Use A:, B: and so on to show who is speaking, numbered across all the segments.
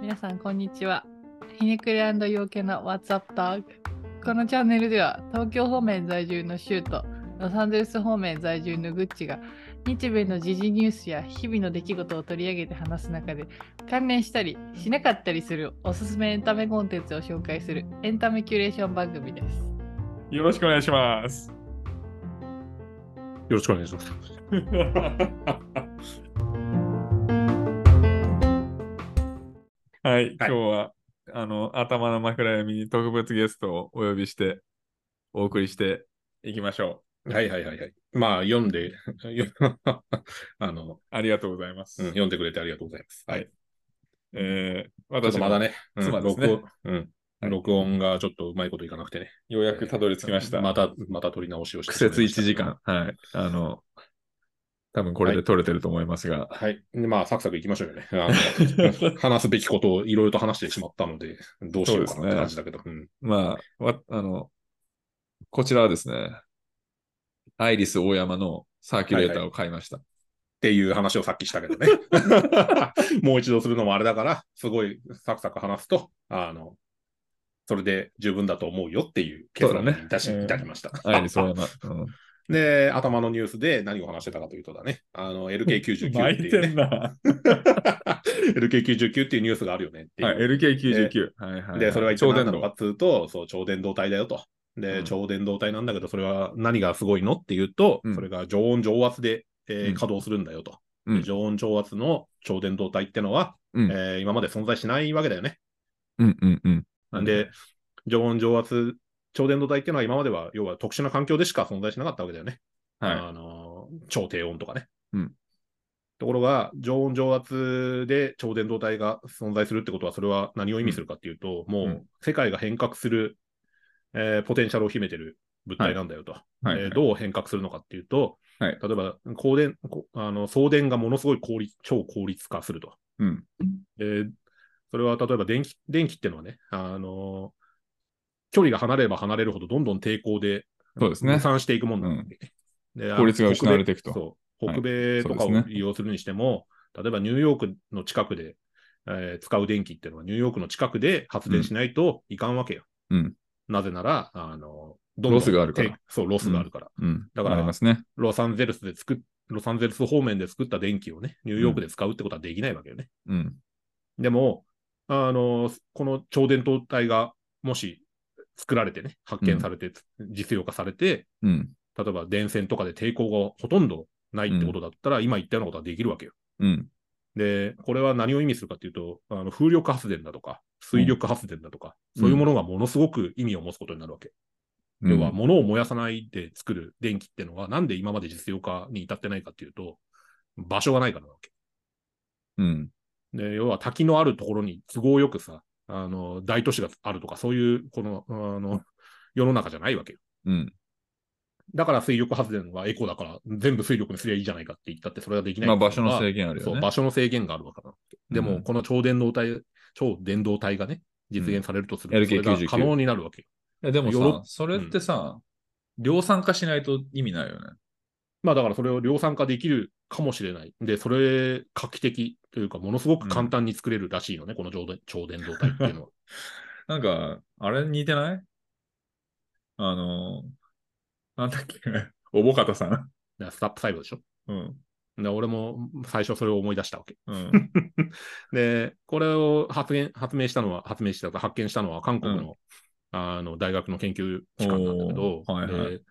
A: 皆さんこんにちはひねくれ陽気の What's Up Dog このチャンネルでは東京方面在住のシューとロサンゼルス方面在住のグッチが日米の時事ニュースや日々の出来事を取り上げて話す中で関連したりしなかったりするおすすめエンタメコンテンツを紹介するエンタメキュレーション番組です
B: よろしくお願いします。
C: よろしくお願いします。
B: はい、今日はあの頭の枕読みに特別ゲストをお呼びしてお送りしていきましょ
C: はいはいはいはい。まあ、読んで、 あの、
B: う。ありがとうございま
C: う
B: す。
C: ん、読んでくれてありがとうございます。は
B: はい
C: い。
B: えー
C: ちょっ
B: 私
C: と
B: も
C: まだね、うん
B: 妻ですね
C: 録音、うん録音がちょっとうまいこといかなくてね。
B: ようやくたどり着きました。
C: また、また取り直しをして
B: 苦
C: しまいま
B: 節
C: した。
B: 1時間。はい。あの、多分これで撮れてると思います が。
C: はい。でまあ、サクサクいきましょうよね。あ の話すべきことをいろいろと話してしまったので、どうしようかなって感じだけど。うん
B: まあ、わあの、こちらはですね、アイリス大山のサーキュレーターを買いました。
C: っていう話をさっきしたけ どね。もう一度するのもあれだから、すごいサクサク話すと、あの、それで十分だと思うよっていう結論
B: そ
C: に
B: うだね
C: いたし,、
B: うん
C: いたしました。
B: アイリス大山。 うん
C: で、頭のニュースで何を話してたかというとだね、あの、LK99 って
B: 巻い
C: いう、
B: て
C: ね
B: ん、な。
C: LK99 っていうニュースがあるよねっていう。
B: はい、LK99。はいはいはい。
C: で、それは一
B: 超
C: 応
B: 電
C: 何なのか
B: 導
C: っ。つうと、そう、超電導体だよと。で、
B: うん
C: 超電導体なんだけど、それは何がすごいのっていうと、
B: うん
C: それが常温常圧で、えー
B: うん
C: 稼働するんだよと。
B: うん
C: で常温常圧の超電導体ってのは、
B: うん
C: えー今まで存在しないわけだよね。
B: うんうんうん。
C: なんで、常温常圧、超電導体ってのは今までは、要は特殊な環境でしか存在しなかったわけだよね。
B: は
C: あのー超低温とかね。
B: うん
C: ところが、常温常圧で超電導体が存在するってことは、それは何を意味するかっていうと、も
B: う
C: うん世界が変革する、えーポテンシャルを秘めてる物体なんだよと。
B: い。はい
C: えーどう変革するのかっていうと、
B: はい
C: 例えば光電こあの送電がものすごい効率超効率化すると。
B: うん
C: えーそれは例えば電気電気っていうのはね、あのー距離が離れれば離れるほどどんどん抵抗で
B: そうですね
C: 分散していくもんなんで, で、
B: 効率が失われていくと
C: そう
B: はい
C: 北米とかを
B: そうですね
C: 利用するにしても、例えばニューヨークの近くで、えー使う電気っていうのは、ニューヨークの近くで発電しないといかんわけよ。
B: うん
C: なぜなら、あのどんどん
B: ロスがあるから
C: てそう、ロスがあるから。
B: うん。
C: だから
B: ありますね。
C: ロサンゼルスで作っロサンゼルス方面で作った電気をね、ニューヨークで使うってことはできないわけよね。
B: うん。
C: でも、あの、この超伝導体がもし作られてね、発見されて、実用化されて、
B: うん。
C: 例えば電線とかで抵抗がほとんどないってことだったら、今言ったようなことはできるわけよ。
B: うん。
C: で、これは何を意味するかっていうと、あの風力発電だとか、水力発電だとか、
B: うん
C: そういうものがものすごく意味を持つことになるわけ。
B: うん
C: 要は、物を燃やさないで作る電気ってのが、なんで今まで実用化に至ってないかっていうと、場所がないからなわけ。
B: うん。
C: で、要は滝のあるところに都合よくさ、あの、大都市があるとか、そういう、この、あの、世の中じゃないわけよ。
B: うん。
C: だから水力発電はエコだから、全部水力にすりゃいいじゃないかって言ったって、それはできない
B: まあ、
C: から
B: 場所の制限あるよ
C: そう、
B: ね。
C: 場所の制限があるわけなわけ。で
B: う
C: も、
B: ん
C: この超電導体、超電導体がね、実現されるとすると、
B: うん
C: それ
B: LK99
C: が可能になるわけよ。
B: えでも
C: ヨーロ
B: さ、それってさ、量産化しないと意味ないよね。
C: まあ、だからそれを量産化できるかもしれない。で、それ、画期的というか、ものすごく簡単に作れるらしいのね、この超電超電導体っていうのは。
B: なんか、あれ似てないあの、なんだっけ、 おぼかたさん。
C: だか らスタップサイドでしょ。
B: うん。
C: で俺も最初それを思い出したわけ。
B: うん。
C: で、これを発言発明したのは、発明したとか発見したのは韓国の,、あの大学の研究機関なんだけど、
B: おーはいはい
C: で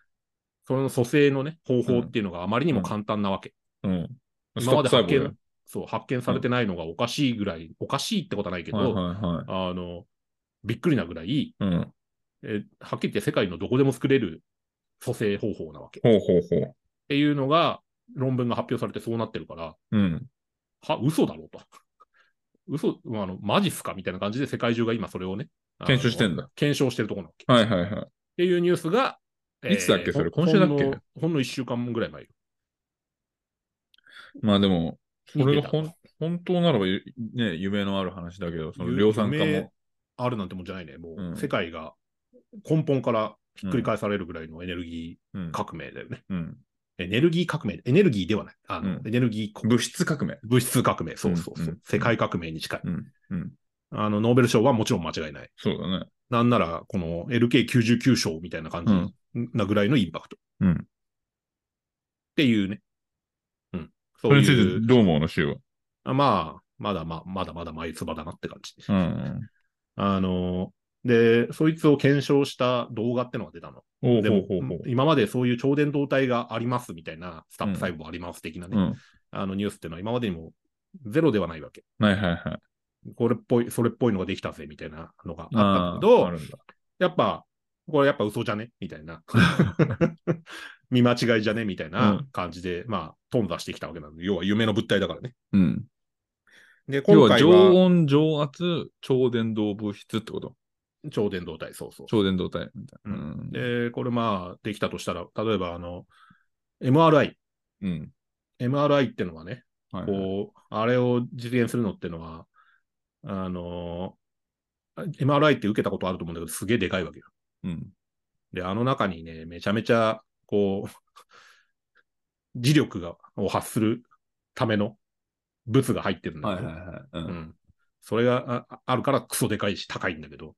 C: その蘇生のね、方法っていうのがあまりにも簡単なわけ。
B: うん。
C: 今まで発
B: ストップ細胞
C: 見そう発見されてないのがおかしいぐらい、おかしいってことはないけど、
B: はいはいはい。
C: あの、びっくりなぐらい、
B: うん。
C: えはっきり言って世界のどこでも作れる蘇生方法なわけ。っ
B: ほうほうほう。
C: ていうのが、論文が発表されてそうなってるから、
B: うん。
C: は、嘘だろうと。 嘘、あの、マジっすかみたいな感じで世界中が今それをね。あの
B: 検証してんだ。
C: 検証してるところなわけ。
B: はいはいはい。
C: っていうニュースが、
B: いつだっけ
C: えー
B: それ
C: ほん
B: 今週だっけ
C: ほんのほんの1週間ぐらい前よ。
B: まあでも、そ
C: に
B: れ
C: 出
B: が
C: た
B: ほん本当ならば、ゆね、夢のある話だけど、その
C: ゆ
B: 量産化
C: 夢
B: も。
C: あるなんてもんじゃないね。もう、
B: うん
C: 世界が根本から
B: ひ
C: ひっくり返されるぐらいのエネルギ
B: うん
C: ー。革命だよね。
B: うん。
C: エネルギー革命、エネルギーではない。あの、
B: うん
C: エネルギーこ、
B: 物質革命。
C: 物質革命、そうそうそう。
B: うんうん
C: 世界革命に近い。
B: うん。うん。
C: あの、ノーベル賞はもちろん間違いない。
B: そうだね。
C: なんなら、この LK99 賞みたいな感じ
B: うん
C: なぐらいのインパクト。
B: うん
C: っていうね。うん。そ
B: そうれにつ
C: い
B: いうて、どう思うの、シュ
C: あまあ、まだまあ、まだまだ眉唾だなって感じ。
B: ウは。
C: あの、で、そいつを検証した動画ってのが出たの。
B: うん。おう
C: で
B: ほう
C: も
B: ほうほう。、
C: 今までそういう超伝導体がありますみたいな、スタップ細胞あります的なね、
B: うん。
C: あのニュースっていうのは今までにもゼロではないわけ。
B: はいはいはい。
C: これっぽい、それっぽいのができたぜみたいなのがあったんだけど、
B: ーあるんだ
C: やっぱ、これやっぱ嘘じゃねみた いな。見間違いじゃねみたいな感じで、まあ、頓挫してきたわけなので、要は夢の物体だからね。
B: うん。
C: で、
B: 要
C: 今
B: は
C: 回
B: 常
C: は
B: 温、常圧、超伝導物質ってこと。
C: 超電動体、そうそう。
B: 超伝導体みたいな。
C: う
B: うん
C: で、これまあ、できたとしたら、例えばあの、MRI。
B: うん。
C: MRI ってのはね、
B: はいはい
C: こう、あれを実現するのってのは、あの、MRI って受けたことあると思うんだけど、すげえでかいわけよ。
B: うん。
C: で、あの中にね、めちゃめちゃ、こう、 磁力が、を発するための物が入ってるんだ
B: は
C: け
B: いは
C: ど、
B: いはい。う。
C: うんん。それがああるからクソでかいし高いんだけど、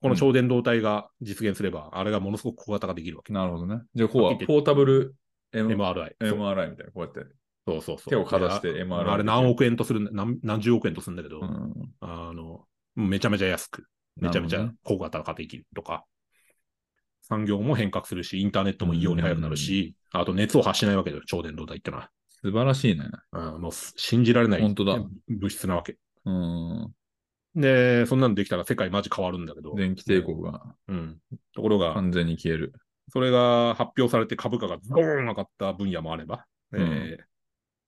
C: この超電導体が実現すれば、あれがものすごく小型ができるわけ。
B: なるほどね。じゃあ、こう
C: は
B: は
C: っきり
B: ポータブル M-
C: MRI。そう
B: MRI みたいな、こうやって。
C: そうそうそう。
B: 手をかざして
C: であ
B: MRI
C: あれ何億円とするんだ何、何十億円とするんだけど、
B: うん
C: あの、めちゃめちゃ安く、めちゃめち
B: な
C: ゃ
B: る
C: 小型化できるとか、産業も変革するし、インターネットも異様に速くなるし、あと熱を発しないわけだよ、超電導体ってのは。
B: 素晴らしいね。
C: うんもう信じられない
B: 本当だ
C: 物質なわけ。
B: うん。
C: で、そんなのできたら世界マジ変わるんだけど、
B: 電気帝国が
C: うん、ところが、
B: 完全に消える。
C: それが発表されて株価がドーン上がった分野もあれば、
B: うん
C: えー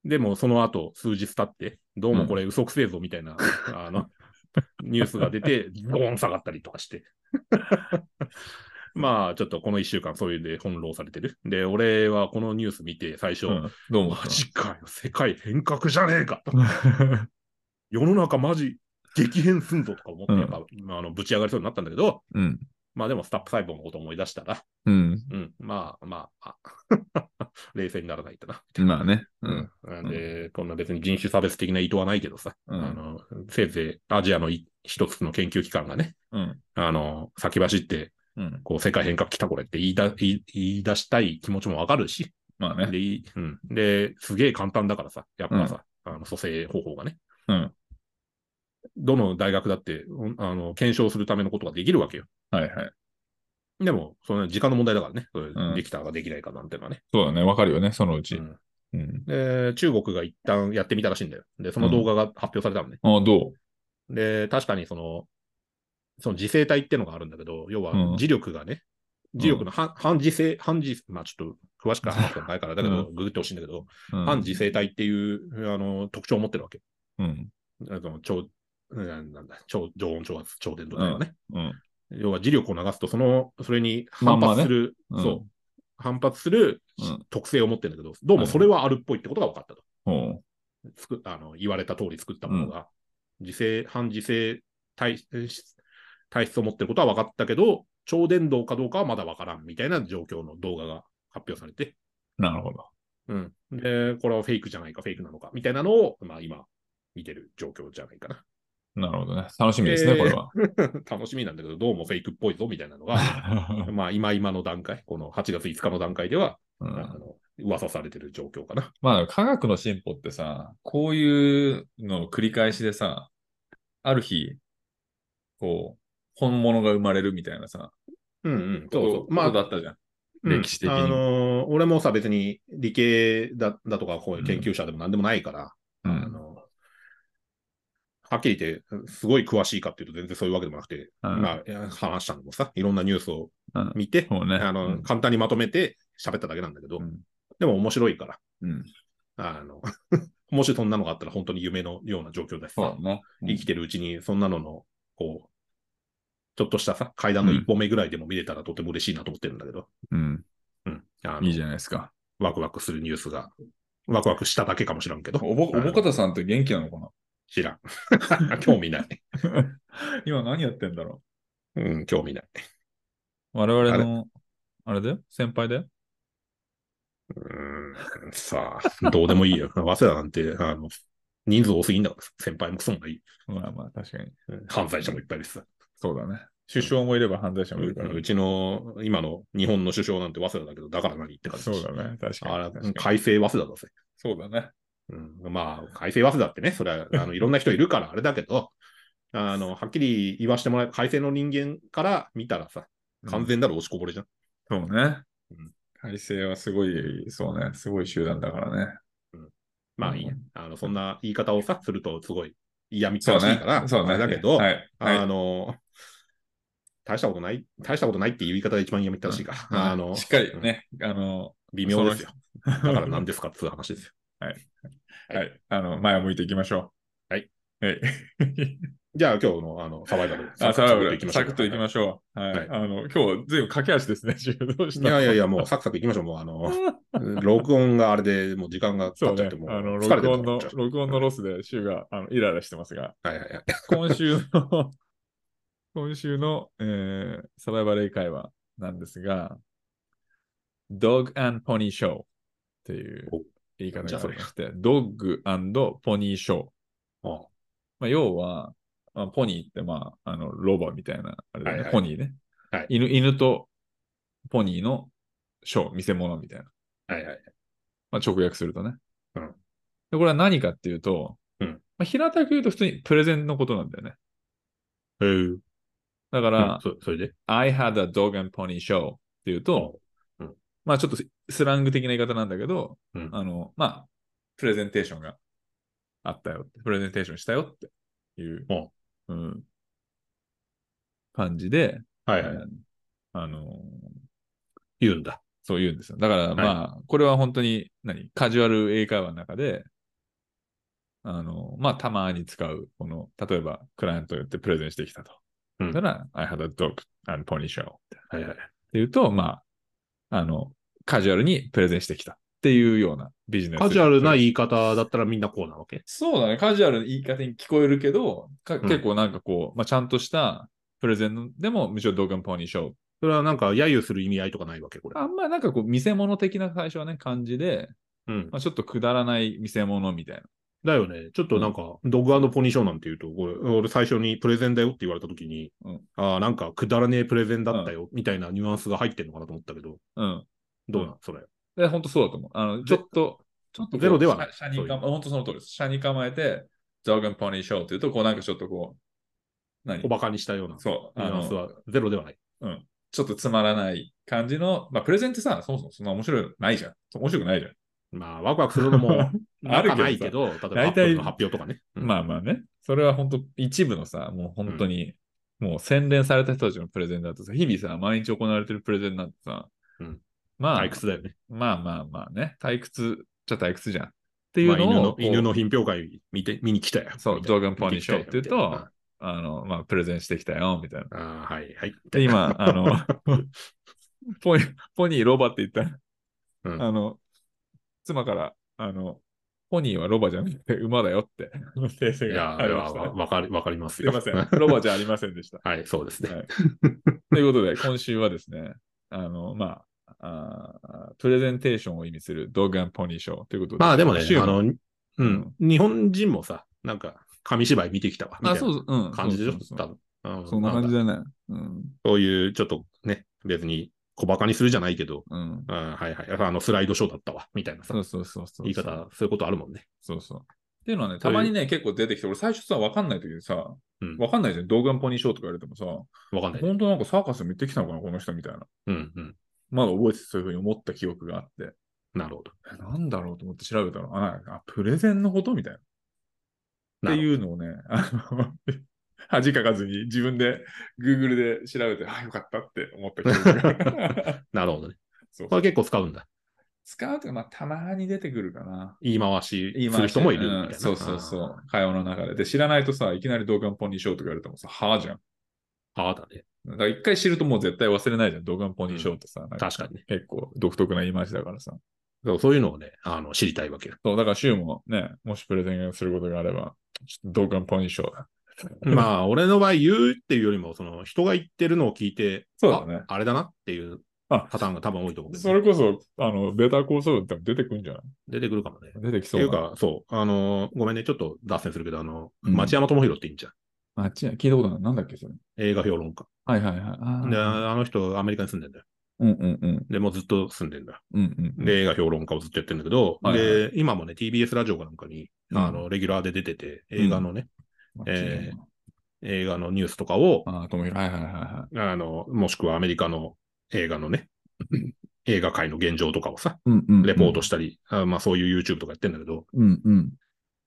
C: でもその後数日経って、どうもこれ嘘くせえぞみたいな、あの、ニュースが出て、ドーン下がったりと かして。まあ、ちょっとこの一週間、そういうで翻弄されてる。で、俺はこのニュース見て、最初、
B: うんどうも。
C: マジかよ、世界変革じゃね えかと。世の中マジ激変すんぞとか思って、
B: うん
C: やっぱ、まああのぶち上がりそうになったんだけど、
B: うん。
C: まあでもスタップ細胞のことを思い出したら、
B: うん。
C: うん、まあまあ、 あ冷静にならないとな。
B: まあね。うん。
C: うんで、こんな別に人種差別的な意図はないけどさ、
B: うん
C: あのせいぜいアジアのい一つの研究機関がね、
B: うん。
C: あの先走って、
B: うん。
C: こう世界変革来たこれって言いだ言い言い出したい気持ちもわかるし、
B: まあ
C: で
B: ね。
C: いいうん、ですげえ簡単だからさ、やっぱさ、あの蘇生方法がね。
B: うん
C: どの大学だってうんあの検証するためのことができるわけよ。
B: はいはい。
C: でも、その時間の問題だからね、それ
B: うん
C: できたかできないかなんてのはね。
B: そうだね。わかるよね、そのうち
C: う。ん
B: うん。
C: で、中国が一旦やってみたらしいんだよ。で、その動画が発表されたのね。
B: ああ、どう
C: で、確かにその、その磁性体ってのがあるんだけど、要は
B: うん
C: 磁力がね、磁力の反反磁性、反磁、まあちょっと詳しくは話して ないから、だけど、ググってほしいんだけど、
B: うん
C: 反磁性体っていうあの特徴を持ってるわけ。
B: うん。
C: あの超、うんなんだ、超常温、超圧、超電導体はね。
B: うん。
C: 要は磁力を流すと、その、それに
B: まんま
C: 反
B: ね
C: 発する、
B: うん
C: そう、反発する
B: うん
C: 特性を持ってるんだけど、どうもそれはあるっぽいってことが分かったと。
B: ほ
C: 作っあの言われた通り作ったものが、自制、反自制体質体質を持ってることは分かったけど、超伝導かどうかはまだ分からんみたいな状況の動画が発表されて、
B: う。なるほど。
C: うん、で、これはフェイクじゃないか、フェイクなのかみたいなのを、まあ、今、見てる状況じゃないかな。
B: なるほどね。楽しみですね、
C: えー
B: これは。
C: 楽しみなんだけど、どうもフェイクっぽいぞみたいなのが、 まあ、今今の段階、この8月5日の段階では、
B: う
C: あ
B: ん
C: の噂されてる状況かな。
B: まあ、科学の進歩ってさ、こういうのの繰り返しでさ、ある日、こう、本物が生まれるみたいなさ、
C: うんうん、そうそう。
B: ま
C: まあ
B: あ、だったじゃん。
C: うん
B: 歴史的に
C: あのー俺もさ、別に理系だだとか、こういう研究者でも何でもないから、
B: う
C: あ
B: ん。
C: のーはっきり言って、すごい詳しいかっていうと全然そういうわけでもなくて、
B: うん
C: まあいや、話したのもさ、いろんなニュースを
B: うん
C: 見て、
B: そうね。
C: あの
B: うん
C: 簡単にまとめて喋っただけなんだけど、
B: うん
C: でも面白いから、
B: うん。
C: あの もしそんなのがあったら本当に夢のような状況だし
B: そう
C: さ
B: だ、ね。うん
C: 生きてるうちにそんなのの、こう、ちょっとしたさ、階段の一歩目ぐらいでも見れたらとても嬉しいなと思ってるんだけど、
B: うん。
C: うん。あの
B: いいじゃないですか。
C: ワクワクするニュースが、ワクワクしただけかもしらんけど、
B: おぼ、お
C: あの
B: ぼかたさんって元気なのかな
C: 知 らん。興味ない。
B: 今何やってんだろ
C: うん、興味ない。
B: 我々の、あれだよ先輩だよ
C: うーん、さあ、どうでもいいよ。 早稲田なんて、あの、人数多すぎんだから、先輩もクソもない。
B: まあまあ、確かに。
C: 犯罪者もいっぱいですさ。
B: そうだね。首相もいれば犯罪者もいるから。
C: うちの、今の日本の首相なんて早稲田だけど、だから何って感じ。
B: そうだね。確
C: あ
B: かに
C: ら
B: 確かに。
C: 改正早稲田だぜ。
B: そうだね。
C: うん、まあ、改正早稲田ってね、それは、 あの、いろんな人いるからあれだけど、あの、はっきり言わせてもらえば、改正の人間から見たらさ、完全なる落ちこぼれじゃん。
B: そうね
C: うん。
B: 改正はすごい、そうね、すごい集団だからね。
C: まあいいや
B: う
C: あの、そんな言い方をさ、すると、すごい嫌みっ
B: そ
C: ぱ
B: う
C: しい
B: ね
C: か。ら、
B: そう
C: あ
B: ね。
C: れだけど、
B: はい。はい
C: あの、大したことない、大したことないっていう言い方が一番やめてほしいから、あの、
B: しっかりね、あの、
C: 微妙ですよ。だ
B: だ
C: から何ですかっつう話ですよ。
B: はい。あの、前を向いていきましょう。
C: はい。
B: はい。
C: じゃあ今日の あのサバイバル。
B: あ、サバイバ
C: いき
B: ル、
C: まし
B: サ
C: ょう
B: クッといきましょう。は
C: はいい。
B: あの、今日は随分駆け足ですね、 中どうし
C: い
B: た
C: やいやいや、もうサクサクいきましょう。もうあの、 録音があれで、もう時間が経
B: そう
C: っちゃ
B: ね
C: って、も、う
B: あの、
C: 疲れ
B: 録
C: てる
B: 音
C: か
B: の
C: ら、
B: 録音のロスで、シュウが、あの、イライラしてますが、
C: はい はいはい。
B: 今週の、 今週の、えーサバイバル英会話なんですが、Dog and Pony Show っていう
C: お
B: 言い方
C: じゃあ
B: が
C: そ
B: あ
C: れ
B: りまして、Dog and Pony Show。
C: あ
B: まあ、要は、まあ、ポニーって、まあ、あの、ロバみたいな、あれだよね、
C: はいはい
B: ポニーね、
C: はい
B: 犬。犬とポニーのショー、見せ物みたいな。
C: はいはい。
B: まあ、直訳するとね。
C: うん
B: で、これは何かっていうと、
C: うん
B: まあ、平たく言うと普通にプレゼンのことなんだよね。
C: えー、
B: だか
C: うん
B: ら、
C: そそれで
B: I had a dog and pony show っていうと、
C: うんうん
B: まあちょっとススラング的な言い方なんだけど、
C: うん
B: あの、まあ、プレゼンテーションがあったよって、プレゼンテーションしたよっていう、うん感じで、
C: はい
B: あ
C: は
B: の
C: い。
B: あの、
C: 言うんだ。
B: そう言うんですよ。だから、まあ、これは本当に、何、カジュアル英会話の中で、あの、まあ、たまに使う、この、例えば、クライアント寄ってプレゼンしてきたと。
C: うん
B: だから、I had a dog and pony show って
C: はいはい。
B: 言うと、まあ、あの、カジュアルにプレゼンしてきたっていうようなビジネス。
C: カジュアルな言い方だったらみんなこうなわけ。
B: そうだね。カジュアルな言い方に聞こえるけど、か結構なんかこう、まあ、ちゃんとしたプレゼンでも、むしろドッグンポニーショー。
C: それはなんか揶揄する意味合いとかないわけ、これ。
B: あんまなんかこう、見せ物的な最初はね、感じで、
C: うん。
B: まあ、ちょっとくだらない見せ物みたいな。
C: だよね。ちょっとなんか、ドッグポニーショーなんて言うと、これ俺最初にプレゼンだよって言われたときに、
B: うん
C: ああ、なんかくだらねえプレゼンだったよ、みたいなニュアンスが入ってんのかなと思ったけど、
B: うん。
C: どうな、
B: うん
C: それ。
B: で、本当そうだと思う。あの、ちょっと、ちょっとこう
C: ゼロではない
B: シャシャに
C: そうい
B: か
C: う
B: 本当その通りです。車に構えて、ドッグンポニーショーっていうと、こうなんかちょっとこう、何
C: おバカにしたような
B: そう。
C: ニ
B: あ
C: ュアン
B: の
C: ス、はゼロではない。
B: ちょっとつまらない感じの、まあ、プレゼンってさ、そもそもそんな面白いないじゃん。面白くないじゃん。
C: まあ、ワクワクする のも
B: あ
C: な
B: るけど
C: く
B: さ
C: ないけど、例えば
B: 大
C: ア
B: 体
C: ップルの発表とかね。うん
B: まあまあね。それは本当一部のさ、もう本当に、もう洗練された人たちのプレゼンだとさ、日々さ、毎日行われてるプレゼンなんてさ、
C: うん
B: まあ、
C: 退屈だよね。
B: まあまあまあね、退屈じゃ退屈じゃん。ってい
C: ま
B: う
C: あ、
B: のを
C: 犬、の
B: こう
C: 犬の品評会見て見に来たよ。
B: そう、
C: みた
B: ド
C: いな
B: ーガンポニーショーって言う
C: 見てき
B: と
C: たよ、
B: あの、まあ、プレゼンしてきたよ、みたいな。
C: ああ、はい、はい。
B: で、今、 あの、 ポニー、ポニーロバって言ったら、
C: うん
B: あの、妻から、あの、ポニーはロバじゃなくて馬だよって、訂正
C: いや、
B: が
C: あ
B: あ
C: れ
B: りま
C: は
B: した
C: わ
B: ね。
C: わかりわかります
B: すい
C: よ。
B: ません。ロバじゃありませんでした。
C: はい、そうですね。
B: はいということで、今週はですね、あの、まあ、あープレゼンテーションを意味するドッグポニーショーということで。
C: まあでもね、
B: 週
C: あの、う
B: うん
C: ん、日本人もさ、なんか、紙芝居見てきたわ。みたい
B: あ、
C: な
B: そう、うん。
C: 感じでし
B: そ
C: ょ
B: うそうそ
C: 多
B: う
C: 分。うん
B: そんな感じ
C: んか
B: だね。うん。
C: そういう、ちょっとね、別に小馬鹿にするじゃないけど、
B: うん。
C: うん、はいはい。あの、スライドショーだったわ、みたいなさ
B: そ、うそうそうそう。
C: 言い方、そういうことあるもんね。
B: そうそう。っていうのはね、たまにね、結構出てきて、俺最初さ、わかんない時にさ、
C: うん
B: わかんないじゃん。動画ポニーショーとか言われてもさ、
C: わかんない。
B: 本当なんかサーカス見てきたのかな、この人みたいな。
C: うん、うん。
B: まだ覚えててそういうふうに思った記憶があって、
C: なるほど。
B: えなんだろうと思って調べたら、あ、あプレゼンのことみたいな。って
C: う。
B: いうのをね、あの、恥かかずに自分で Google で調べて、あ、よかったって思った記憶が。
C: なるほどね。
B: そう
C: これ結構使うんだ。
B: 使うとか、まあ、たまに出てくるかな。
C: 言い回し
B: 今
C: する人もいるみたいな。
B: そうそうそう。会話の中で。で、知らないとさ、いきなり動画ポニーショーとか言われてもさ、はあじゃん。
C: あー。はあだね。
B: だから一回知るともう絶対忘れないじゃん。動画ポニーショーってさ、なんか
C: 確かにね。
B: 結構独特な言い回しだからさ。
C: そうそういうのをね、あの、知りたいわけよ。
B: そう、だから週もね、もしプレゼンすることがあれば、ちょっと動画ポニーショーだ。
C: まあ、俺の場合言うっていうよりも、その人が言ってるのを聞いて、
B: そうだね
C: ああれだなっていう
B: あ
C: パターンが多分多いと思うけど
B: それこそ、あの、ベーターコースローって出てくるんじゃない
C: 出てくるかもね。っ
B: 出てき
C: て
B: そう
C: い
B: な。
C: うか、そう、あのーごめんね、ちょっと脱線するけど、あの、
B: うん
C: 町山智弘っていいんじゃん。
B: あっちや、聞いたことない。なんだっけ、それ。
C: 映画評論家。
B: はいはいはい。
C: で、
B: あー
C: あの人、アメリカに住んでんだよ。
B: うんうんうん。
C: で、もうずっと住んでんだよ。
B: うんうん。、
C: で、映画評論家をずっとやってるんだけど、
B: はいはい
C: で、今もね、TBS ラジオかなんかに、
B: うん
C: あの、レギュラーで出てて、映画のね、えー映画のニュースとかを、
B: ああ、ともひろ、はいはいはいはい。
C: あの、もしくはアメリカの映画のね、 映画界の現状とかをさ、
B: うんうんうん
C: レポートしたり、あまあそういう YouTube とかやってんだけど、
B: うんうん。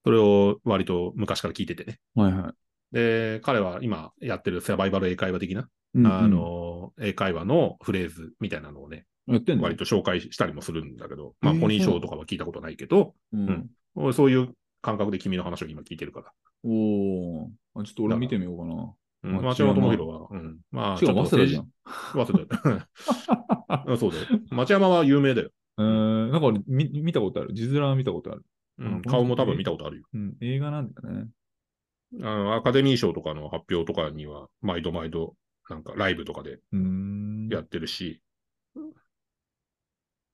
C: それを割と昔から聞いててね。
B: はいはい。
C: で、彼は今やってるサバイバル英会話的な、
B: うんうん
C: あ、の、英会話のフレーズみたいなのをね、
B: やってんの
C: 割と紹介したりもするんだけど、まあ、
B: えー
C: ポニーショーとかは聞いたことないけど、
B: うん。
C: 俺そういう感覚で君の話を今聞いてるから。
B: おーあ、ちょっと俺見てみようかな。
C: うん、
B: まあ
C: 町山智弘は、うん。まあ、
B: 違う、早稲田じゃん。
C: 早稲田だようんそうだよ。 町山は有名だよ。
B: えー、なんか俺見見たことある。字面は見たことある。
C: う
B: うん
C: ん、顔も多分見たことあるよ。
B: うん、映画なんだね。
C: あの、アカデミー賞とかの発表とかには、毎度毎度、なんかライブとかで
B: うーん。
C: やってるし、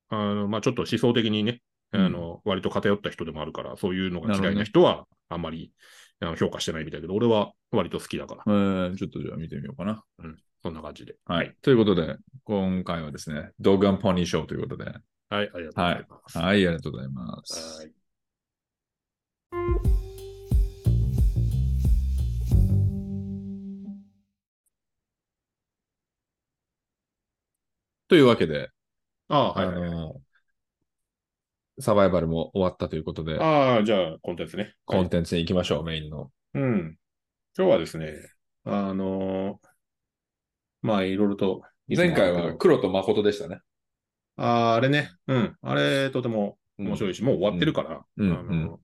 C: あの、まあ、ちょっと思想的にね、あの、割と偏った人でもあるから、そういうのが嫌いな人は、あんまりあの評価してないみたいだけど、俺は割と好きだから、
B: えー、ちょっとじゃあ見てみようかな。
C: そんな感じで。
B: はい。ということで、今回はですね、ドッグポニーショーということで。はい、
C: はい、ありがとうございます。
B: ありがとうございます。
C: はい
B: というわけで、
C: ああ、はい、
B: あ
C: はい。
B: のサバイバルも終わったということで、
C: ああ、じゃあ、コンテンツね。
B: コンテンツに行きましょう、メインの。
C: うん。今日はですね、あのーまあ、いろいろと。
B: 前回は黒と誠でしたね。
C: あーあれね、うん。あれ、とても面白いし、もう終わってるから、
B: うん
C: あの
B: うん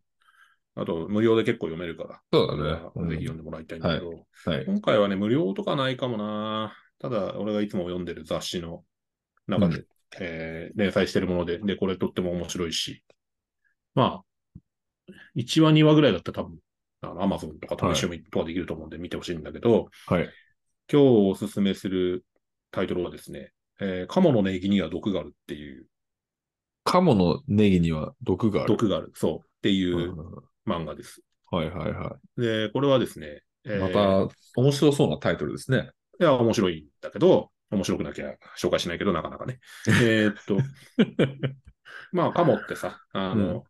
C: あと、無料で結構読めるから、
B: そうだね
C: これはぜひ読んでもらいたいんだけど、
B: はい。
C: 今回はね、無料とかないかもな。ただ、俺がいつも読んでる雑誌の中で、
B: う
C: えー連載してるもので、で、これとっても面白いし、まあ、1話、2話ぐらいだったら多分、あの Amazon とか試し読みとかできると思うんで見てほしいんだけど、
B: はい。
C: 今日おすすめするタイトルはですね、えー、カモのネギには毒があるっていう、
B: カモのネギには毒がある。
C: 毒がある、そう、ってい
B: うん
C: う漫画です。
B: はいはいは
C: で、これはですね、え
B: い。ま
C: ー
B: た、面白そうなタイトルですね。
C: いや、面白いんだけど、面白くなきゃ紹介しないけど、なかなか ね。えーっと、まあ、カモってさ、あの、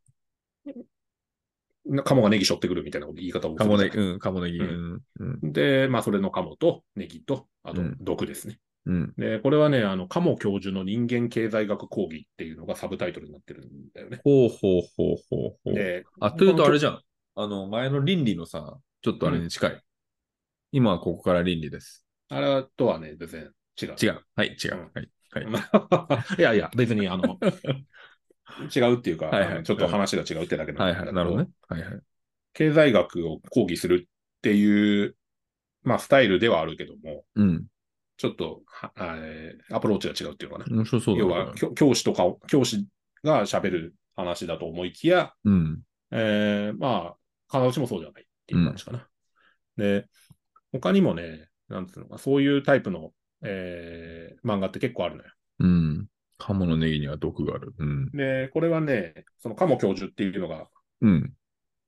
C: なカモがネギ背負ってくるみたいな言い方をする
B: カモネギ、うん、カモネギ。
C: う
B: うん。うん。
C: で、まあ、それのカモとネギと、あと
B: うん
C: 毒ですね。
B: うん。
C: で、これはね、あの、カモ教授の人間経済学講義っていうのがサブタイトルになってるんだよね。
B: ほうほうほうほうほう。
C: で、
B: あ、というとあれじゃん。あの、前の倫理のさ、ちょっとあれに近い。今はここから倫理です。
C: あれとはね、別に違う。
B: 違う。はい、違
C: うん
B: う。はい。
C: いやいや、別に、あの、違うっていうか、
B: はいはい
C: あのちょっと話が違うってだけな
B: は
C: ん
B: い
C: だけ
B: はい。なるほどね。はいはい。
C: 経済学を講義するっていう、まあ、スタイルではあるけども、
B: うん。
C: ちょっとは、えーアプローチが違うっていうのかな。
B: 面白そうだ
C: 要
B: ね
C: は、教教師とかを、教師が喋る話だと思いきや、
B: うん。
C: えーまあ、必ずしもそうではないっていう感じかな。で、他にもね、なんつうのか、そういうタイプの、えー漫画って結構あるのよ。
B: うん。カモのネギには毒がある。うん。
C: で、これはね、その、カモ教授っていうのが、
B: うん。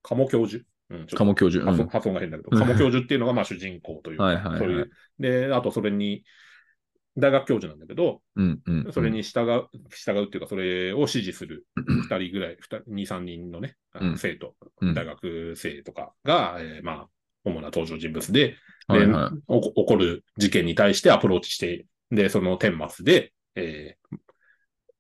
C: カモ教授。うん、ちょっと
B: カモ教授。う
C: 発音
B: ん。
C: 発音が変だけど、
B: うん
C: カモ教授っていうのがまあ主人公というか、
B: はいはいはい
C: そういう。で、あとそれに、大学教授なんだけど、
B: うんうん。
C: それに従う、従うっていうか、それを支持する2人ぐらい、2、3人のね、あの
B: うん
C: 生徒、
B: うん
C: 大学生とかが、えーまあ、主な登場人物で、
B: は
C: で
B: いはい。
C: おこ起こる事件に対してアプローチして、で、その顛末で、えー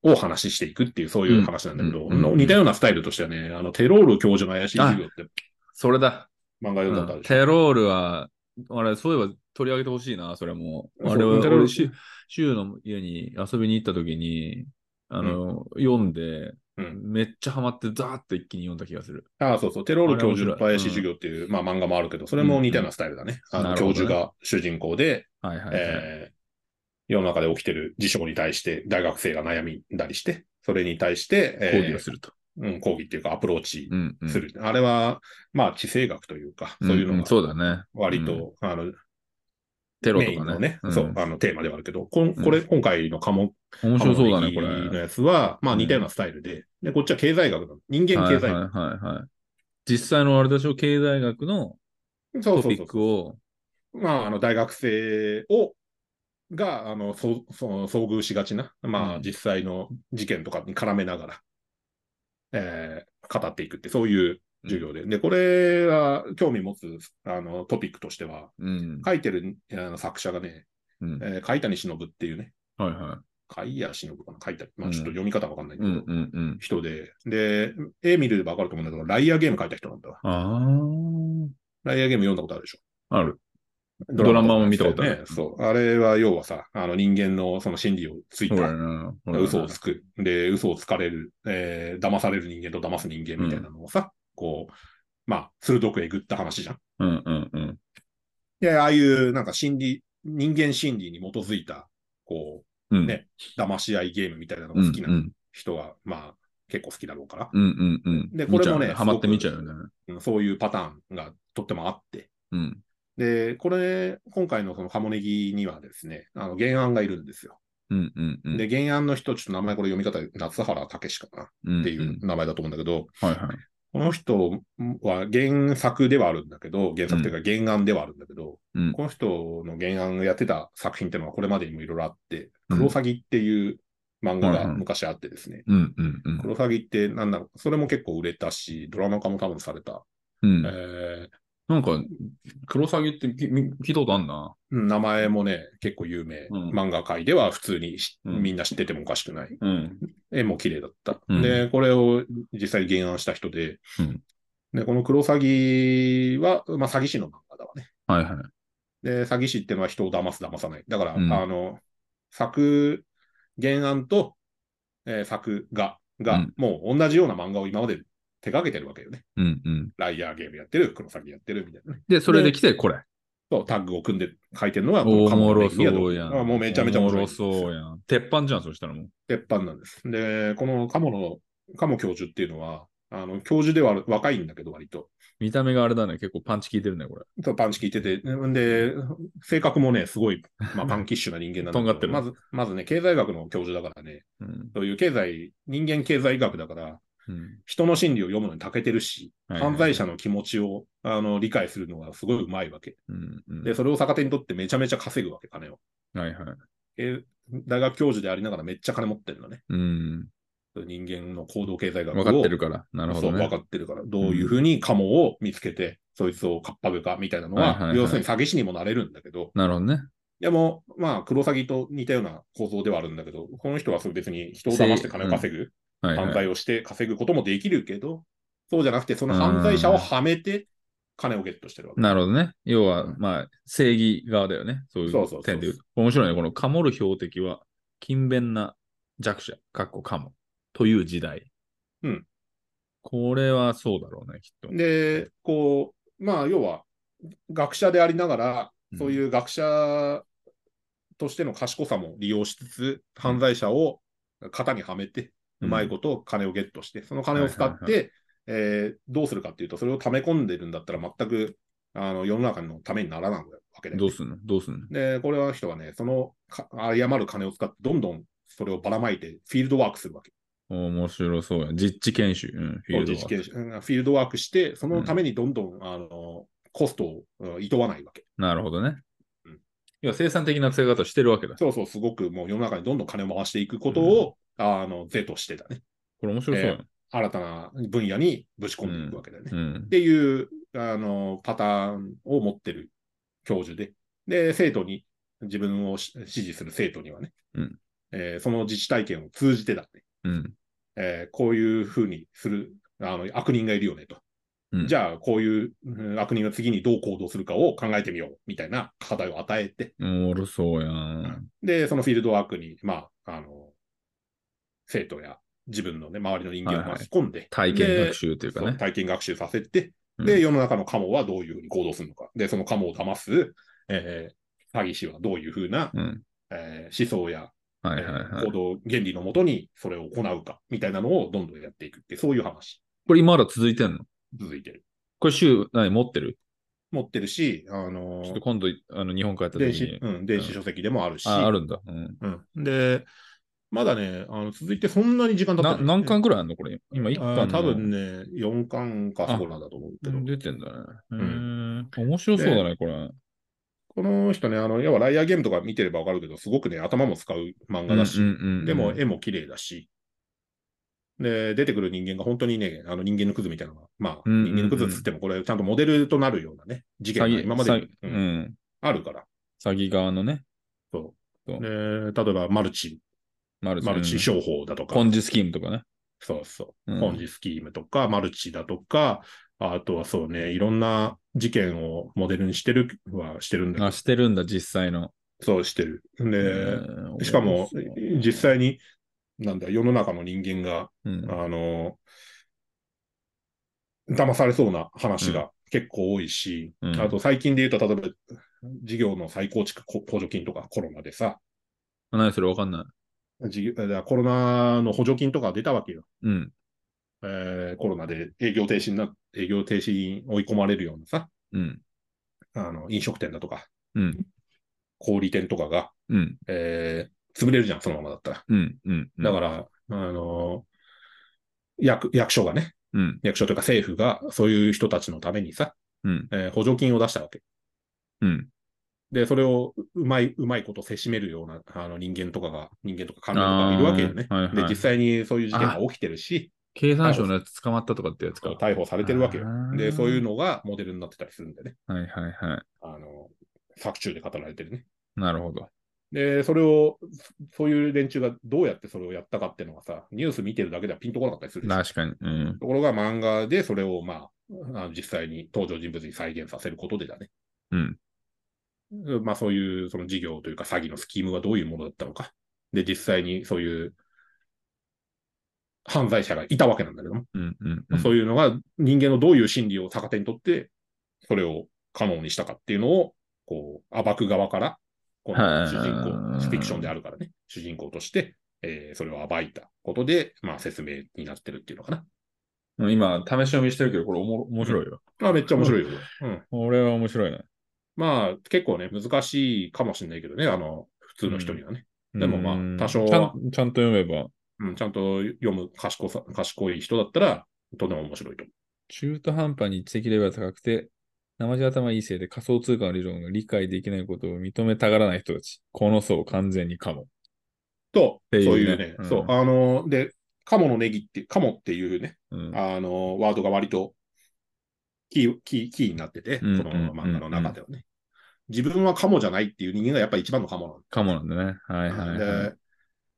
C: を話していくっていう、そういう話なんだけど、
B: うんうん
C: 似たようなスタイルとしてはね、あの、テロール教授の怪しい授業って
B: それだ。
C: 漫画
B: う
C: 読んだことあ
B: ん
C: るでしょ
B: テロールは、あれ、そういえば取り上げてほしいな、それも。
C: そう
B: あれは
C: テロール
B: 俺、シュシュウの家に遊びに行った時に、あの、読んで、
C: うん
B: めっちゃハマって、ザーッと一気に読んだ気がする。
C: ああ、そうそう。テロール教授の
B: あれ面白い
C: 怪しい授業っていう、まあ漫画もあるけど、それも似たようなスタイルだね。
B: うん
C: あの
B: なるほ
C: 教
B: どね
C: 授が主人公で、
B: はいはい、はい
C: えー世の中で起きてる事象に対して大学生が悩みんだりして、それに対して、えー
B: 抗議をすると。
C: うん、講義っていうかアプローチ
B: うんうん
C: する。あれは、まあ、地政学というか、そういうの
B: ん
C: が
B: んそうだね。
C: 割
B: うん
C: と、あの、
B: テロ
C: メ
B: と
C: イン
B: か
C: の
B: ね。
C: ね、
B: ん
C: そう、あの、テーマではあるけど、こんこれ、今回の科目、
B: 面白そうだね、こ
C: 科
B: れ。
C: 目の
B: は
C: やつは、まあ似たようなスタイルで、で、こっちは経済学なの。人間
B: い
C: 経
B: は
C: 済
B: い
C: 学。
B: はいはい。実際のあれでしょ、経済学の
C: そう
B: ト
C: そう
B: ピ
C: そう
B: ッ。クを。
C: まあ、あの大学生を、が、あの、そう、そう、遭遇しがちな、ま
B: う
C: あ、
B: ん
C: 実際の事件とかに絡めながら、えー語っていくって、そういう授業で。で、これは、興味持つ、あの、トピックとしては、
B: うん。
C: 書いてるあの作者がね、
B: うん
C: えー、海谷忍っていうね、
B: はいは
C: 海谷忍かな、書いた、ま
B: う
C: あ、
B: ん
C: ちょっと読み方わかんない
B: い。
C: け
B: う
C: ど、
B: んうんうん。
C: 人で、で、絵見ればわかると思うんだけど、ライアーゲーム書いた人なんだわ。
B: あ
C: ライアーゲーム読んだことあるでしょ
B: あ。ある。ドラマも見たことある
C: ねそう。あれは要はさ、あの人間のその心理をつい
B: そうだよ
C: た。
B: な。そうだよな
C: 嘘をつく。で、嘘をつかれる。えー騙される人間と騙す人間みたいなのをさ、こう、まあ、鋭くえぐった話じゃん。
B: うんうんうん。
C: で、ああいうなんか心理、人間心理に基づいた、こ
B: うん。
C: ねう、騙し合いゲームみたいなの
B: う
C: が
B: ん
C: 好き
B: う
C: なん人は、まあ、結構好きだろうから、
B: うんうんうん。
C: でこれもね
B: 見ちゃうハマって見ちゃうよね。
C: うんそういうパターンがとってもあって。
B: うん。
C: で、これ、今回のそのカモネギにはですね、あの原案がいるんですよ。
B: うんうんうん。
C: で、原案の人、ちょっと名前これ読み方、夏原武かなっ
B: うんうん、
C: ていう名前だと思うんだけど、
B: はいはい。
C: この人は原作ではあるんだけど、原作というか原案ではあるんだけど、
B: うん
C: この人の原案をやってた作品っていうのはこれまでにもいろいろあって、
B: うん
C: クロサギっていう漫画
B: はい
C: が
B: はい
C: 昔あってですね、
B: うんうんうん
C: クロサギってなんだろう、それも結構売れたし、ドラマ化も多分された。
B: うん。
C: えー
B: なんか、クロサギってきみ聞いたことあんな。
C: うん名前もね、結構有名。
B: うん
C: 漫画界では普通にし
B: うん
C: みんな知っててもおかしくない。
B: うん。
C: 絵も綺麗だった。
B: うん
C: で、これを実際に原案した人で、
B: うん
C: でこのクロサギは、まあ、詐欺師の漫画だわね。
B: はいはい。
C: で、詐欺師ってのは人を騙す、騙さない。だから、
B: うん
C: あの、作、原案と、えー作画が、
B: うん
C: もう同じような漫画を今まで手掛けてるわけよね。
B: うんうん。
C: ライアーゲームやってる、クロサギやってるみたいなね。
B: で、それで来て、これ。
C: そう、タッグを組んで書いてるのが、
B: お
C: カ
B: も
C: モ
B: ろ
C: メ
B: そ
C: ギアド
B: うやん。
C: あもうめちゃめちゃ面白
B: お
C: い
B: もろそうやん。鉄板じゃん、そしたらもう。
C: 鉄板なんです。で、このカモの、カモ教授っていうのは、あの、教授ではある若いんだけど、割と。
B: 見た目があれだね。結構パンチ効いてるね、これ。
C: そうパンチ効いてて、んで、性格もね、すごい、 まあ、パンキッシュな人間なんだけど
B: とんがってる
C: まず、まずね、経済学の教授だからね、
B: うん。
C: そういう経済、人間経済学だから、
B: うん
C: 人の心理を読むのに長けてるし、
B: はい
C: 犯罪者の気持ちをあの理解するのがすごいうまいわけ。
B: うんうん。
C: で、それを逆手にとってめちゃめちゃ稼ぐわけ、金を。
B: はいはい。
C: え大学教授でありながらめっちゃ金持ってるのね。
B: うん。
C: 人間の行動経済学を。
B: 分かってるから。なるほど
C: そう、分
B: ね
C: か。ってるから。どういうふうにカモを見つけて、そいつをかっぱぐかみたいなのは、
B: はいはいはい
C: 要するに詐欺師にもなれるんだけど、
B: なるほどね。
C: でも、まあ、クロサギと似たような構造ではあるんだけど、この人はそう別に人を騙して金を稼ぐ、
B: はい
C: 犯
B: はい。
C: 罪をして稼ぐこともできるけど、そうじゃなくて、その犯罪者をはめて金をゲットしてるわけ。
B: なるほどね。要は、
C: うん
B: まあ、正義側だよね。そうい
C: そうそうそうう
B: 点で言うと。面白いね。この、カモる標的は、勤勉な弱者、かっこカモ、という時代。
C: うん。
B: これはそうだろうね、きっと。
C: で、こう、まあ、要は、学者でありながら、そういう学者としての賢さも利用しつつ、犯罪者を型にはめて、うまいこと金をゲットして、その金を使っ
B: はいは
C: て、えーどうするかっていうと、それを溜め込んでるんだったら、全くあの世の中のためにならないわけで
B: どうすんのどうすんの
C: で、これは人はね、そのか誤る金を使って、どんどんそれをばらまいて、フィールドワークするわけ。
B: 面白そうや。実地研修。うん、フィールドワーク
C: 自治権者うんフィールドワークして、そのためにどんどん、あのコストをうんいとわないわけ。
B: なるほどね
C: うん。
B: 要は生産的な使い方をしてるわけだ。
C: そうそう、すごくもう世の中にどんどん金を回していくことを、あの是としてだね。
B: これ面白そうや。
C: 新たな分野にぶち込んでいくわけだよね。
B: うん
C: っ。ていうあのパターンを持ってる教授で、で、生徒に、自分をし支持する生徒にはね、
B: うん
C: えーその自治体験を通じてだね、
B: うん。
C: えーこういうふうにするあの悪人がいるよねと。
B: うん
C: じゃあ、こういううん悪人が次にどう行動するかを考えてみようみたいな課題を与えて、
B: おもろそうやん。
C: で、そのフィールドワークに、まあ、あの、生徒や自分のね、周りの人間を巻き込んで、
B: 体験学習と
C: と
B: いうかね。
C: 体験学習させて、
B: う
C: で、
B: ん
C: 世の中のカモはどういうふうに行動するのか。で、そのカモを騙す、えー詐欺師はどういうふうな、
B: うん。
C: えー思想や
B: はいはいはい
C: 行。動原理のもとにそれを行うか、みたいなのをどんどんやっていくって、そういう話、
B: これ今まだ続いてんの
C: 続いてる。
B: これ週、何持ってる
C: 持ってるし、あの
B: ちょっと今度、あの、日本帰った時
C: 電
B: に
C: 子。うん、電子書籍でもあるし、
B: あ、あるんだ。うん。
C: うん、で、まだね、あの続いてそんなに時間経って
B: な
C: ない
B: 何巻くらいあるのこれ。今1
C: あ
B: 巻
C: ー
B: の。
C: 多分ね、4巻かそうなんだと思うけど、
B: 出てんだね。うんん。面白そうだね、これ。
C: この人ね、あの、要はライアーゲームとか見てればわかるけど、すごくね、頭も使う漫画だし、でも絵
B: も
C: も綺麗だし、で、出てくる人間が本当にね、あの人間のクズみたいなのが、まあ、
B: うんうんうん
C: 人間のクズっつってもこれ、ちゃんとモデルとなるようなね、事件が今までに、
B: う
C: うん
B: ん。
C: あるから。
B: 詐欺側のね、
C: そう。
B: そう
C: で、例えばマルチ、
B: マルチ。
C: マルチ商法だとか、
B: ポンジスキームとかね。
C: そうそう、
B: うん
C: ポンジスキームとか、マルチだとか、あとはそうね、いろんな事件をモデルにしてるはしてるんだけど
B: あ、してるんだ、実際の。
C: そうしてる。で、
B: うん
C: しかも
B: 面白そう、
C: 実際に、なんだ、世の中の人間が、
B: うん
C: あの、騙されそうな話が結構多いし、
B: うん
C: あと最近で言うと、例えば、事業の再構築こ補助金とかコロナでさ、
B: 何それわかんない。
C: 事業だからコロナの補助金とか出たわけよ。
B: うん。
C: えーコロナで営業停止にな、営業停止に追い込まれるようなさ、
B: うん。
C: あの、飲食店だとか、
B: うん。
C: 小売店とかが、
B: うん。
C: えー潰れるじゃん、そのままだったら。
B: うん。うん。
C: だから、あの役、役所がね、
B: ら、うん。
C: 役所というか政府が、そういう人たちのためにさ、
B: うん。
C: えー補助金を出したわけ。
B: うん。
C: で、それをううまい、うまいことせしめるようなあの人間とかが、人間とか関連とかがいるわけよね。
B: あーはいはい
C: で、実際にそういう事件が起きてるし、
B: 経産省のやつ捕まったとかってやつか。
C: 逮捕されてるわけよ
B: あ。ー
C: で、そういうのがモデルになってたりするんでね。
B: はいはいは
C: あの、作中で語られてるね。
B: い。なるほど。
C: で、それを、そそういう連中がどうやってそれをやったかっていうのがさ、ニュース見てるだけではピンとこなかったりするでしょ
B: 確かに。うん。
C: ところが漫画でそれをまあ、あの実際に登場人物に再現させることでだね。
B: うん。
C: まあそういうその事業というか詐欺のスキームはどういうものだったのか。で、実際にそういう犯罪者がいたわけなんだけども、
B: うん。うん。うん
C: そういうのが人間のどういう心理を逆手にとって、それを可能にしたかっていうのを、こう、暴く側から、こ
B: は
C: の
B: い
C: 主人公、フィクションであるからね、主人公として、えーそれを暴いたことで、まあ説明になってるっていうのかな。
B: うん今、試し読みしてるけど、これおもろ面白いよ。
C: まあめっちゃ面白いよ、これうん。
B: 俺は面白いね。
C: まあ、結構ね、難しいかもしれないけどね、あの、普通の人にはね。でもまあ
B: うん
C: 多少は
B: ちゃん。ちゃんと読めば、
C: うん、ちゃんと読む賢さ、賢い人だったら、とても面白いと。
B: 中途半端に知的レベルが高くて、生地頭いいせいで仮想通貨の理論が理解できないことを認めたがらない人たち。この層完全にかも。
C: と、
B: ていうね
C: そういうね、
B: うん
C: そう、あの、で、カモのネギって、カモっていうね、
B: うん。
C: あの、ワードが割とキー、キー、キーになってて、こ
B: うん
C: の漫画の中ではね。自分はカモじゃないっていう人間がやっぱり一番のカモなんだ
B: かもなんだね。はいはい、はい。
C: で、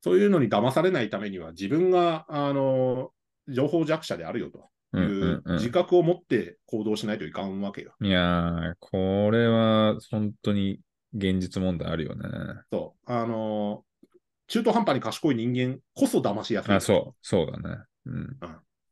C: そういうのに騙されないためには、自分が、あの、情報弱者であるよと
B: うん
C: い
B: うん
C: う
B: うん
C: 自覚を持って行動しないといかんわけよ。
B: いやー、これは本当に現実問題あるよね。
C: そう。あの、中途半端に賢い人間こそ騙しやすい。
B: あ、そう、そうだね。うん。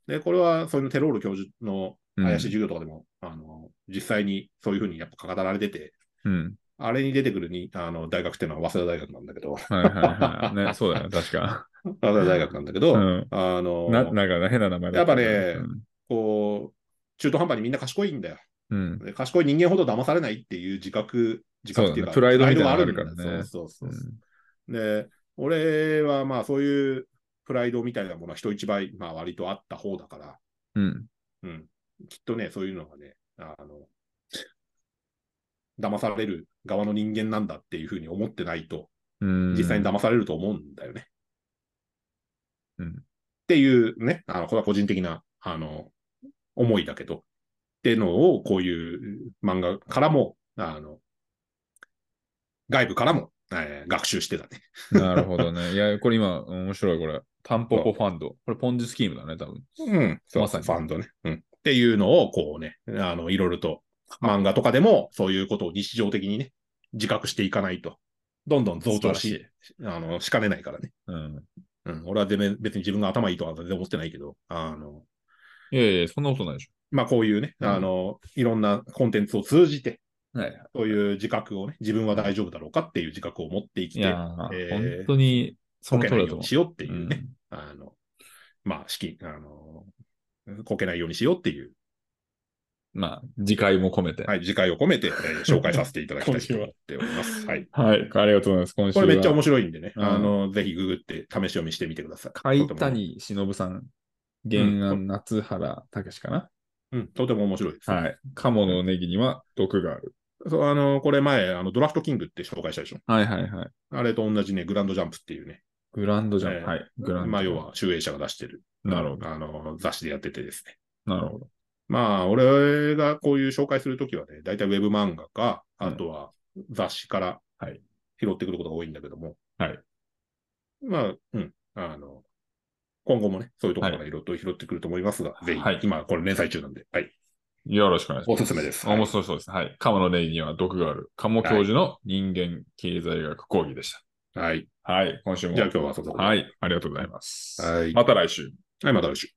C: で、これは、そういうテロール教授の
B: うん
C: 林授業とかでも、あの、実際にそういうふうにやっぱ語られてて、
B: うん。
C: あれに出てくるに、あの、大学っていうのは早稲田大学なんだけど、
B: はいはいはい。ね、そうだよ、確か。
C: 早稲田大学なんだけど、
B: うん。
C: あの、
B: な、なんか変な名前だた
C: やっぱねこう、中途半端にみんな賢いんだよ。
B: うん。うん。
C: で賢い人間ほど騙されないっていう自覚、自覚っていうか、
B: そうだねプライドみたいなの
C: プライドがあるんだ
B: あるから
C: よ
B: ね
C: そうそううそ
B: ん
C: う。で、俺はまあそういうプライドみたいなものは人一倍、まあ割とあった方だから、
B: うん。
C: うん。きっとね、そういうのがね、あの、騙される側の人間なんだっていうふうに思ってないと、
B: うん。
C: 実際に騙されると思うんだよね。
B: うん
C: っていうね、あの、これは個人的な、あの、思いだけど、っていうのを、こういう漫画からも、あの、外部からも、えー学習してたね。
B: なるほどね。いや、これ今、面白い、これ。タンポポファンド。これ、ポンジスキームだね、多分。
C: うん、そう
B: まさに
C: ファンドね。うん。っていうのを、こうね、あの、いろいろと、漫画とかでも、そういうことを日常的にね、自覚していかないと、どんどん増長
B: 素晴
C: し、あの、しかねないからね。
B: うん。
C: うん、俺は全然別に自分が頭いいとは全然思ってないけど、あの、
B: いやいや、そんなことないでし
C: まあ、こういうね、
B: うん
C: あの、いろんなコンテンツを通じて、
B: ょ。はい。
C: そういう自覚をね、自分は大丈夫だろうかっていう自覚を持って生き
B: い
C: て、
B: やー、
C: えー
B: 本当にそ
C: こ
B: の
C: け
B: 通
C: な
B: り
C: い
B: だと
C: よう
B: 思
C: にしようって
B: う。
C: いううんね、あの、まあ、式、あの、こけないようにしようっていう、
B: まあ、次回も込めて。。
C: はいい、次回を込めて、えー紹介させていただきたい
B: 今週
C: と
B: は
C: 思っております。はい。
B: はい。ありがとうございます。今週
C: こ
B: は。
C: れめっちゃ面白いんでね、
B: うん
C: あの、ぜひググって試し読みしてみてください。
B: 海
C: とても
B: 谷忍さん、原案夏原武かな、
C: うん、とても面白いです。
B: はい。鴨のネギには毒がある。
C: そう、あの、これ前、あの、ドラフトキングって紹介したでしょ。
B: はいはいはい。
C: あれと同じね、グランドジャンプっていうね、
B: グランドジャンプ。
C: ええ
B: はい。グランド
C: まあ、
B: ジャン
C: 要
B: プ
C: は、集英社が出してる、
B: なるほど。
C: あの、雑誌でやっててですね。
B: なるほど。
C: まあ、俺がこういう紹介するときはね、大体ウェブ漫画か、
B: うん
C: あとは雑誌から
B: はい
C: 拾ってくることが多いんだけども、
B: はい。
C: まあ、うん、あの、今後もね、そういうところからいろいろと拾ってくると思いますが、ぜひ、
B: はい
C: 今、これ連載中なんで、はい。
B: よろしくお願いします。
C: おすすめです
B: 面白そうです。はい。鴨のネギには毒がある。鴨教授の人間経済学講義でし
C: はい。
B: た。はい。今週も。
C: じゃあ今日はそこで
B: はい。ありがとうございます。
C: はい
B: また来週。
C: はい、また来週。